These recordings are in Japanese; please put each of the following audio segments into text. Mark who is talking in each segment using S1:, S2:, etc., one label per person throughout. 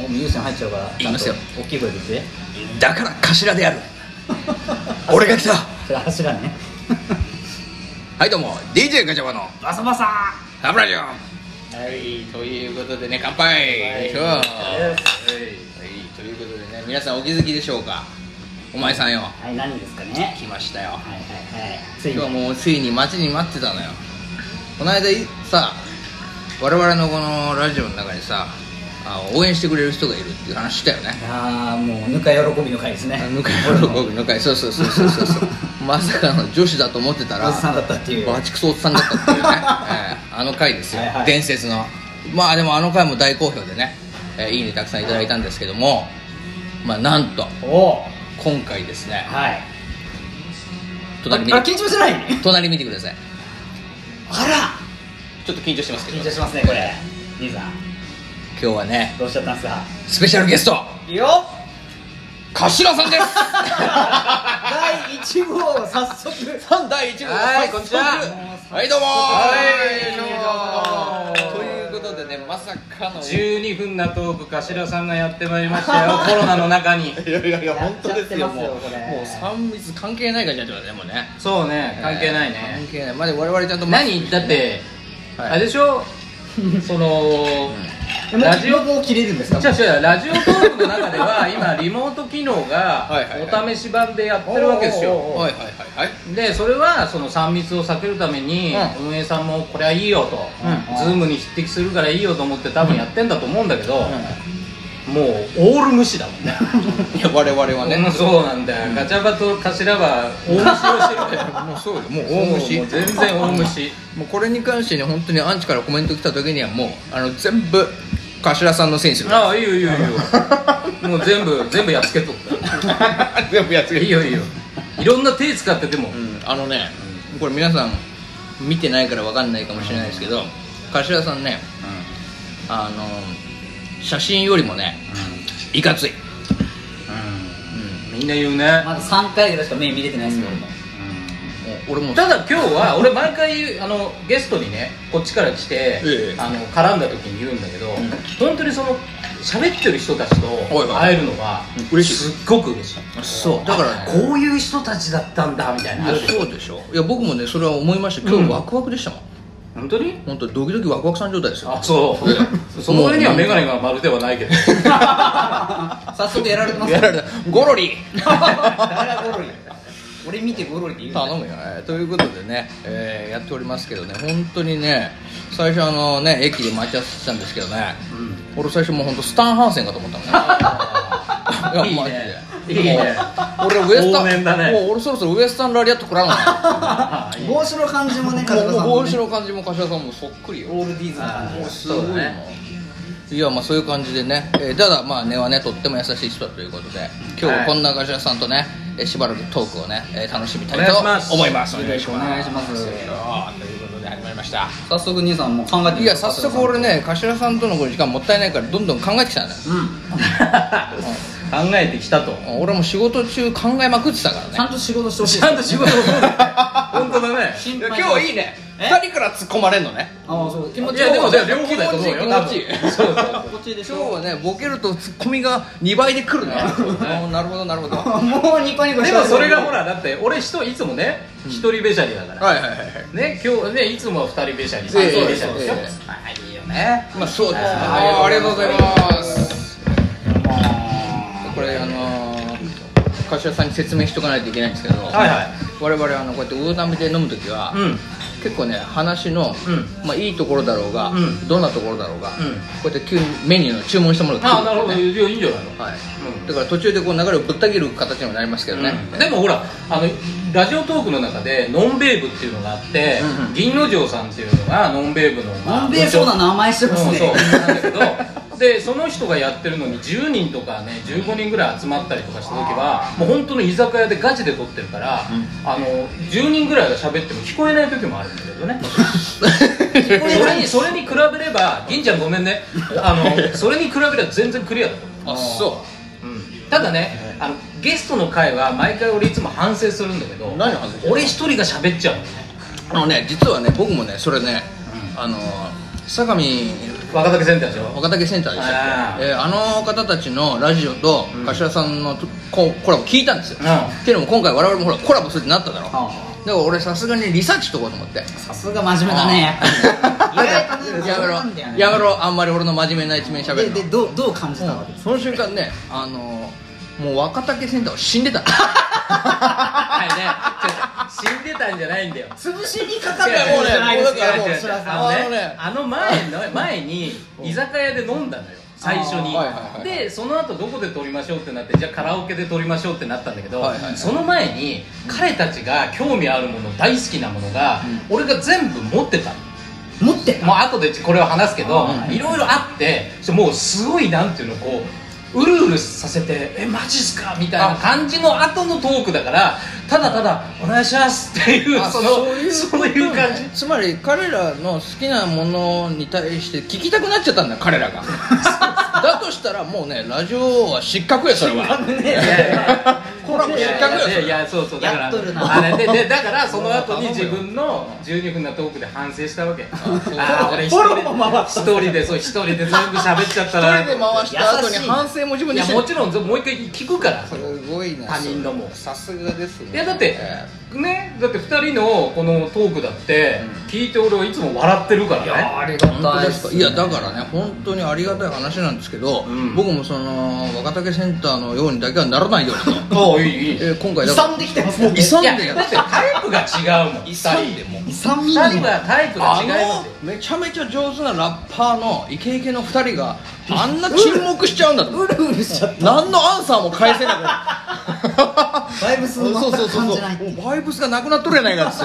S1: もう優先入っちゃうから
S2: 言いますよ
S1: ちゃんと大きい声で言って
S2: だから頭である俺が来た
S1: それ柱ね
S2: はいどうも DJ ガチャバの
S1: バサバサ
S2: ハブラジオは
S3: はい、ということでね、乾杯、
S1: はい
S3: よいしょ
S1: は
S3: はいい、ということでね、皆さんお気づきでしょうかお前さんよ、
S1: はい何ですかね
S3: 来ましたよ
S1: はいはいはいついに
S3: 今日はもうついに待ちに待ってたのよこの間いさ、我々のこのラジオの中にさあ応援してくれる人がいるっていう話したよ ね
S1: ああもうぬか喜びの回ですね
S3: 向かい喜ぶ向かいそうそうそうそうそうそうまさかの女子だと思ってたら
S1: おっさんだったっていう
S3: バチクソおっさんだったっていうね、えーあの回ですよ、
S1: はいはい
S3: 伝説のまあでもあの回も大好評でね、えーいいねたくさんいただいたんですけどもまあなんと
S1: おお
S3: 今回ですね
S1: はい
S3: 隣見
S1: ああ
S3: て
S1: 緊張してない
S3: 隣見てください
S1: あ
S3: ちょっと緊張してます
S1: ら
S3: けど
S1: 緊張しますねこれ兄さん
S3: 今日はね
S1: どうしちゃったんすか
S3: スペシャルゲスト
S1: いいよ
S3: 頭さんです
S1: 第一部を早速
S3: 三第一部
S1: はいこんにちは
S3: はいどうも
S1: はい
S3: どうもということでねまさかの
S4: 12分なトーク頭さんがやってまいりまし たよコロナの中に
S3: いやいやいや
S1: やっ
S3: 本
S1: ち
S3: 当
S1: ゃっ
S3: で
S1: て
S3: す
S1: ま
S3: よ
S1: す
S3: も
S1: よ
S3: う
S1: これ
S3: もう三密関係ないからじゃあでもね
S4: そうね関係ないね
S3: 関係ないまだ我々ちゃんとマスク
S4: 何だって
S3: はい
S4: あれでしょその
S1: ラ
S4: ラ
S1: ジ
S4: ジ
S1: オ
S4: オ
S1: を切れるんですか
S4: 違う違うラジオトークの中では今リモート機能が
S3: はいはいは
S4: お試し版でやってるわけです
S1: おーおー
S4: よ
S3: はいはいはいはい
S4: でそれはその3密を避けるために
S3: う
S4: 運営さんもこれはいいよと
S1: うん
S4: ズームに匹敵するからいいよと思って多分やってんだと思うんだけどもうオール無視だもんね
S3: いや我々はね
S4: うんそうなんだよ、ガチャバと頭は大虫をしてるから
S3: もうそうよもう大
S4: もう
S3: 虫
S4: 全然大虫
S3: もうこれに関してね本当にアンチからコメント来た時にはもうあの全部頭さんのせいにする
S4: ああいいよいいよいいよもう全部全部やっつけとった
S3: 全部やっつけ
S4: い
S3: る
S4: いよいいよいろんな手使ってて
S3: う
S4: も
S3: んあのねこれ皆さん見てないからわかんないかもしれないですけど頭さんねあの写真よりもねいかつい
S4: みんな言うね
S1: まだ3回ぐらいしか目見れてないですけど
S3: もう俺も
S4: ただ今日は俺毎回あのゲストにねこっちから来て、
S3: ええ
S4: あの絡んだ時に言うんだけど、本当にその喋ってる人たちと
S3: いはい
S4: 会えるのが
S3: うん嬉しい
S4: すっごく嬉しい
S3: そうだからね
S4: こういう人たちだったんだみたい
S3: い
S4: なのあ
S3: や
S4: るでしょ
S3: そうでしょいや僕もねそれは思いました今日ワクワクでしたもん、
S4: 本当に
S3: 本当ドキドキワクワクさん状態ですよ
S4: あそう、 その割には眼鏡が丸ではないけど
S1: 早速やられてます
S3: やられたゴロリ
S1: ゴロリ俺見てゴロリって言う
S3: 頼むよねということでね、えーやっておりますけどね本当にね最初あのね駅で待ち合わせしてたんですけどね、俺最初もう本当スタンハンセンかと思 ったもんねや
S4: いい
S3: マジ
S4: ね
S3: で
S4: いいね
S3: 俺ウエスタ
S4: 往
S3: ン、
S4: 年だね
S3: もう俺そろそろウエスタンラリアット食らうの よ
S1: 帽子の感じもね風間さん
S3: もう
S1: も
S3: 帽
S1: ね
S3: 子の感じも柏さんもそっくりよ
S1: オールディーズな感じ
S3: もう
S1: が
S3: すごい
S4: そうだね
S3: ねいやまあそういう感じでね、えーただまあ根はねとっても優しい人だということで今日はこんな頭さんとね、えーしばらくトークをね、えー楽しみたいと
S4: お願いします
S3: 思います
S1: お願いします
S3: ということで始まりました
S1: 早速兄さんも考えてみて
S3: いや早速俺ね頭さんとの時間もったいないからどんどん考えてきたんだよ
S4: 考えてきたと
S3: 俺も仕事中考えまくってたから
S1: ちゃ
S3: ね
S1: んと仕事してほしい
S4: ちゃんと仕事を取る本当だね
S1: 心
S3: 今
S1: 配
S3: 日いいね2人から突っ込まれんのね
S1: ああそう気持
S4: い
S1: ち
S4: やでも
S3: 気持
S4: で
S3: ちいい
S4: も両方だと思うよ
S3: 気持ちいい
S4: 多分
S3: 気持ちいい
S4: そうそう
S1: 心地いいでし
S3: 今日
S1: ょ
S3: はねボケるとツッコミが2倍で来るね
S4: ね
S3: おーなるほどなるほどは
S1: もうニコニコし
S4: で
S1: てる
S4: もそれがほらだって俺人いつもね一人べしゃりだか
S3: い
S4: ら
S3: はいはいはい
S4: ね今日ねいつもは二人べしゃり
S3: そう
S4: 三
S3: です
S4: 人べしゃりでしょ
S3: そうです
S4: ああいいよね
S3: まあそうですね。
S4: あー
S3: ありがとうございます。これあのー、柏さんに説明しとかないといけないんですけど、
S4: はいはい
S3: 我々あのこうやって大波で飲むときは、
S4: うん
S3: 結構ね話の、
S4: ん
S3: まあいいところだろうが、
S4: うん
S3: どんなところだろうが、
S4: ん
S3: こうやって急にメニューの注文してもらう
S4: ああなるほど
S3: はい。
S4: いやいいんじゃないのうん
S3: だから途中でこう流れをぶった切る形にもなりますけどね。
S4: うんでもほらあのラジオトークの中でノンベーブっていうのがあって、
S3: うんうん
S4: 銀之丞さんっていうのがノンベーブのまあ
S1: なんでそうな
S4: 部
S1: 名前して
S4: 長
S1: ます
S4: うんそう
S1: ね
S4: なんだけどでその人がやってるのに10人とかね15人ぐらい集まったりとかした時はもう本当の居酒屋でガチで撮ってるから、あの10人ぐらいが喋っても聞こえない時もあるんだけどねそれにそれに比べれば銀ちゃんごめんねあのそれに比べれば全然クリアだと思う
S3: あそ
S4: ただね、あのゲストの回は毎回俺いつも反省するんだけど
S3: 何反省してんの
S4: 俺一人が喋っちゃうのね
S3: う。あのね実はね僕もねそれね、あのー相模
S4: 若竹センターでしょ
S3: 若竹センターでしたっけ、えーあの方たちのラジオと頭さんのとココラボ聞いたんですよ、
S4: うん
S3: っていうのも今回我々もほらコラボするってなっただろ、
S1: あ
S3: だから俺さすがにリサーチしとこうと思って
S1: さすが真面目だねや っぱり意外とね
S3: やめろ
S1: 真面目なんだよね
S3: やめろあんまり俺の真面目な一面しゃべ
S1: で
S3: る
S1: で
S3: の
S1: どうどう感じたわけ
S3: うんその瞬間ねあのーもう若竹センターは死ん でた
S4: はいねちょっと死んでたんじゃないんだよ
S1: 潰しにか
S4: いやもうね、もうだからもう
S1: かったわけじゃないですからねそ
S3: もうね
S1: れはさ
S4: あの
S3: あの
S4: ね
S3: ね、
S4: あの前の前に居酒屋で飲んだのよ。最初に、
S3: あーはいはいはい
S4: でその後どこで撮りましょうってなってじゃあカラオケで撮りましょうってなったんだけど、
S3: はいはいはい
S4: その前に彼たちが興味あるもの大好きなものが、俺が全部持ってたの
S1: 持ってた
S4: もう後でこれを話すけど
S1: あー
S4: いろいろあってもうすごいなんていうのこううるうるさせて「えマジっすか?」みたいな感じの後のトークだからただただ「お願いします」っていう
S3: あ
S4: そのそういう感じ
S3: つまり彼らの好きなものに対して聞きたくなっちゃったんだよ彼 らがだとしたらもうねラジオは失格やそれは
S1: ね
S3: コラボ失格やそ
S4: いやい
S3: れ
S4: やそうそうだから
S1: やっとるな
S4: あれででだからその後に自分の12分のトークで反省したわけああ俺一
S1: フォロ
S4: 人で
S1: ーも回った
S4: 一人でそう一人で全部喋っちゃったな
S3: 一人で回した後に反省も自分
S4: い
S3: で
S4: や
S3: して
S4: もちろんもう一回聞くからそれ
S3: すごいな
S4: 他人のも
S3: さすがですね
S4: いやだって
S3: え
S4: ねだって2人のこのトークだって聞いて俺はいつも笑ってるからね
S1: ありが
S3: え本当
S1: たい
S3: で
S1: っ
S3: す
S1: す
S3: か
S1: ね
S3: いやだからね本当にありがたい話なんですけど、
S4: うん
S3: 僕もその若竹センターのようにだけはならないようにと
S4: ああいいいい
S3: えー今回
S1: 遺
S3: だから
S1: 産できてますもんね
S3: 勇ん
S4: い
S3: で
S4: や
S3: や
S4: だってタイプが違うもん2人でも
S1: 遺産ミニ
S4: 2人はタイプが違いますよ
S3: めちゃめちゃ上手なラッパーのイケイケの2人があんな沈黙しちゃうんだと
S1: うるうるしちゃっ
S3: 何のアンサーも返せなく
S1: バイブスを全く
S3: そうそうそう
S1: 感
S3: そう
S1: じないっていう
S3: もうバイブスがなくなっとるやないかっつっ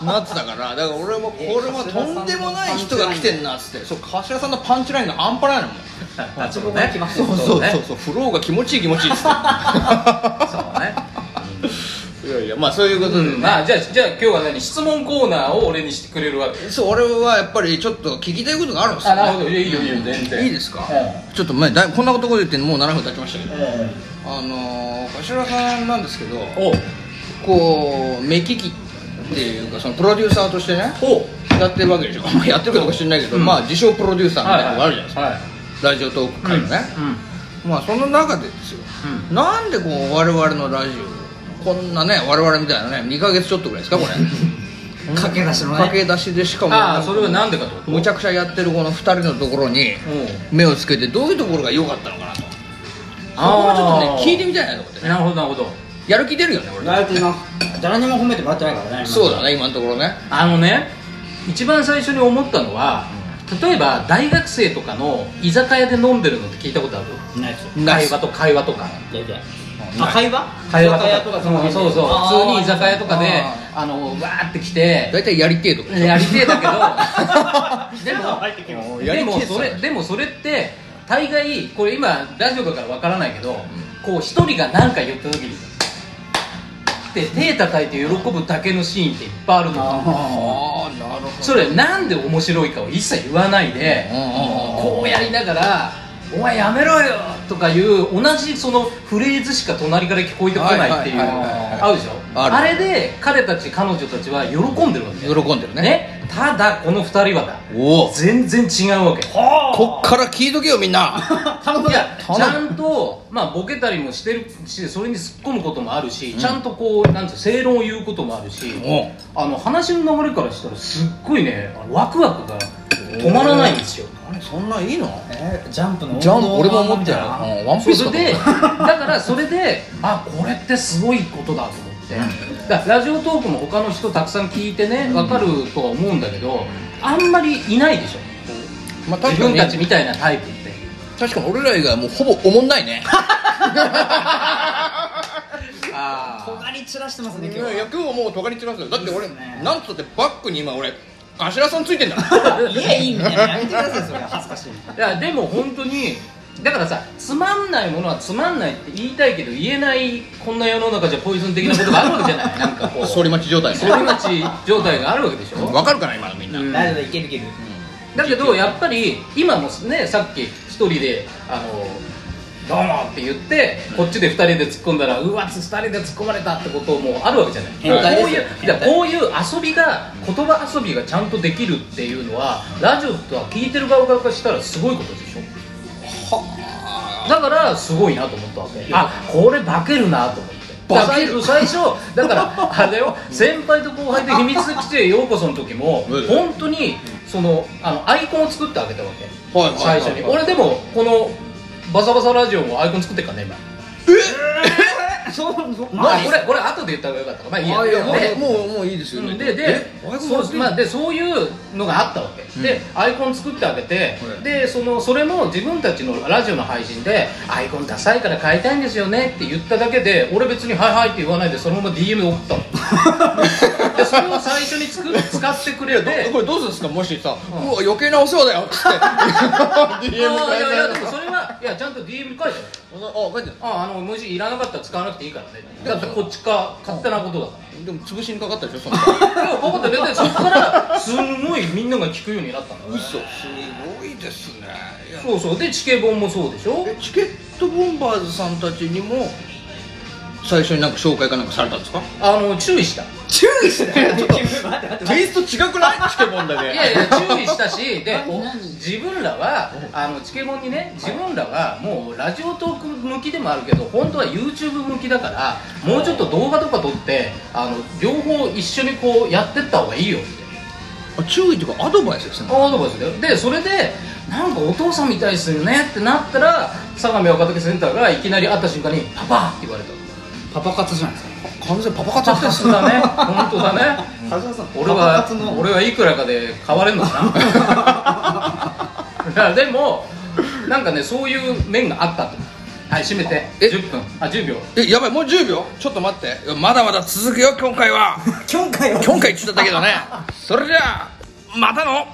S3: てなってたからだから俺もこれはとんでもない人が来てんなっつってそう頭さんのパンチラインが半端ないのもん
S4: 立
S1: ちぼけきます
S3: そう
S1: よ
S3: そう
S4: ね
S3: そうそうフローが気持ちいい気持ちいいっつって
S4: そうね
S3: いやいやまあそういうことでね、
S4: うん、まあじゃあじゃあ今日は何質問コーナーを俺にしてくれるわけ
S3: そう俺はやっぱりちょっと聞きたいことがあるんですよ、ね、
S4: いやいいよいいよ全
S3: いいですか、
S4: う
S3: ちょっと前だいこんなこと言ってもう7分経ちましたけど、あのー柏さんなんですけど
S4: おう
S3: こう目利きっていうかそのプロデューサーとしてね
S4: おう
S3: やってるわけでしょまあやってるかどうか知らないけど、
S4: うん
S3: まあ自称プロデューサーみたいなのがあるじゃないですか、
S4: はい
S3: ラジオトーク界のね、
S4: うん
S3: まあその中でですよ、なんでこう我々のラジオこんなね我々みたいなね2ヶ月ちょっとぐらいですかこれ
S1: 駆け出しのね
S3: 駆け出しでしかも
S4: ああそれはなんでかってこと
S3: むちゃくちゃやってるこの2人のところに
S4: おう
S3: 目をつけてどういうところが良かったのかなとそこを
S4: あー
S3: ちょっとね聞いてみたいなと思ってね
S4: なるほどなるほど
S3: やる気出るよね俺
S1: なるほどな誰にも褒めてもらってないからね
S3: そうだね今のところね
S4: あのね一番最初に思ったのは例えば大学生とかの居酒屋で飲んでるのって聞いたことある
S1: ないですよ
S4: 会話と会話とか
S1: いやいやあ会話
S4: 会話と
S1: 居酒
S4: か
S1: 屋の
S4: うん
S1: 辺
S4: そうそう
S1: あー
S4: 普通に居酒屋とかで
S3: あ
S4: あのわーって来て
S3: 大体やりてえとこ
S4: やりてえだ けどでも
S1: 入ってきます
S3: もうや
S4: で
S3: り
S4: も
S3: てえっすよ
S4: それでもそれって大概これ今ラジオだからわからないけど、こう一人が何か言った時にで手叩いて喜ぶだけのシーンっていっぱいあると思う
S3: ああなるほ
S4: それなんで面白いかを一切言わないで、
S3: うんうんうん
S4: こうやりながら「お前やめろよ!」とかいう同じそのフレーズしか隣から聞こえてこないっていう
S3: はいはいはいはい
S4: あるでしょ
S3: ある
S4: れで彼たち彼女たちは喜んでるわけ
S3: ど喜んでるね
S4: ねただこの2人はだ
S3: おお
S4: 全然違うわけ
S3: こっから聞いとけよみんな
S1: 頼む
S4: いや
S3: 頼む
S4: ちゃんと、まあ、ボケたりもしてるしそれに突っ込むこともあるし、ちゃんとこうなんていうの正論を言うこともあるし
S3: おう
S4: あの話の流れからしたらすっごいねあのワクワクが止まらないんですよ
S3: あれそんないいの
S1: えジャンプの
S3: ジャンプ俺も思ったよ、
S1: な
S3: うんワン
S4: そ
S3: ピー
S4: れ
S3: スかと思っ
S4: で
S3: た
S4: だからそれであこれってすごいことだと思ってだからラジオトークも他の人たくさん聞いてね分かるとは思うんだけどあんまりいないでしょ
S3: まあ確
S4: 自
S3: か
S4: 分
S3: に
S4: たちみたいなタイプって。
S3: 確かに俺ら以外はもうほぼおもん ないね
S4: あー
S1: 尖り散らしてますね今日は
S3: 役をもうとがり散らすよだって俺
S1: そうですね
S3: なんつったってバックに今俺頭さんついてん だから
S1: いやいいみたいなやめてくださいそれ恥ずかしい
S4: いやでも本当にだからさつまんないものはつまんないって言いたいけど言えないこんな世の中じゃポイズン的なことがあるわけじゃないなんかこう
S3: 反
S4: 反
S3: 町状態
S4: 町状態があるわけでしょ、
S3: わかるかな今のみんな、
S4: うん
S1: 大丈夫いけるいける
S4: だけどやっぱり今もねさっき一人であのどうもって言ってこっちで2人で突っ込んだらうわ2人で突っ込まれたってこともあるわけじゃない
S1: 変態
S4: こう
S1: ですよ
S4: いういやこういう遊びが言葉遊びがちゃんとできるっていうのはラジオとは聞いてる側からしたらすごいことでしょだからすごいなと思ったわけあこれ化けるなと思って
S3: 化ける
S4: 最初だからあれよ先輩と後輩で秘密基地へようこその時も
S3: うん
S4: 本当にそのあのアイコンを作ってあげたわけ
S3: はいはいはい
S4: 最初に俺でもこのバサバサラジオもアイコン作ってっからね今
S1: そうそう
S4: まあ
S1: 何
S4: これこれ後で言った方がよかったかまあいいや
S3: あいやも
S4: で
S3: うもうもういいですよね
S4: でで
S3: えワイプ
S4: そ
S3: が
S4: う,、まあ、でそういうのがあったわけ、
S3: うん
S4: でアイコン作ってあげて、
S3: はい
S4: でそのそれも自分たちのラジオの配信でアイコンダサいから買いたいんですよねって言っただけで俺別に「はいはい」って言わないでそのまま DM で送っ たのでそれを最初に作る使ってくれて
S3: え これどうするんですかもしさ「うんわ余計なお世話だよ」っ つって
S4: いや
S3: DM
S4: いやい
S3: 返
S4: やで
S3: され
S4: も
S3: た
S4: それはいやちゃんと DM 返して
S3: あ書いてあ
S4: ああのもしいらなかったら使わなくていいからねだってこっちか勝手なことだから
S3: るでも潰しにかかったでしょその嘘
S4: いや僕って出てそこからすんごいみんなが聞くようになったんだね
S3: すごいですねいや
S4: そうそうでチケボンもそうでしょ
S3: えチケットボンバーズさんたちにも最初になんか紹介かなんかされたんですか
S4: あの注意した
S3: 注意して
S1: 待って待って
S3: テイスト違くないチケボンだ
S4: い
S3: け
S4: やいや注意した しでお自分らはあのチケボンにね自分らはもうラジオトーク向きでもあるけど本当は YouTube 向きだからもうちょっと動画とか撮ってあの両方一緒にこうやってった方がいいよって
S3: あ注意っていうかアドバイスですね
S4: アドバイスだよでそれでなんかお父さんみたいですよねってなったら相模若竹センターがいきなり会った瞬間に「パパ!」って言われた
S1: パパ活じゃないですか
S3: 完全にパパ活
S4: パ
S3: やって
S4: パ
S3: ん
S4: スだね本当だね
S1: 梶原さん
S4: 俺
S1: パパ
S4: は
S1: 活の
S4: 俺はいくらかで買われるのかない やでもなんかねそういう面があったとはい閉めて
S3: え
S4: 10分あ10秒
S3: えやばいもう10秒ちょっと待っていやまだまだ 続くよ今回は
S1: 今回は
S3: 今回っつったんだけどねそれじゃあまたの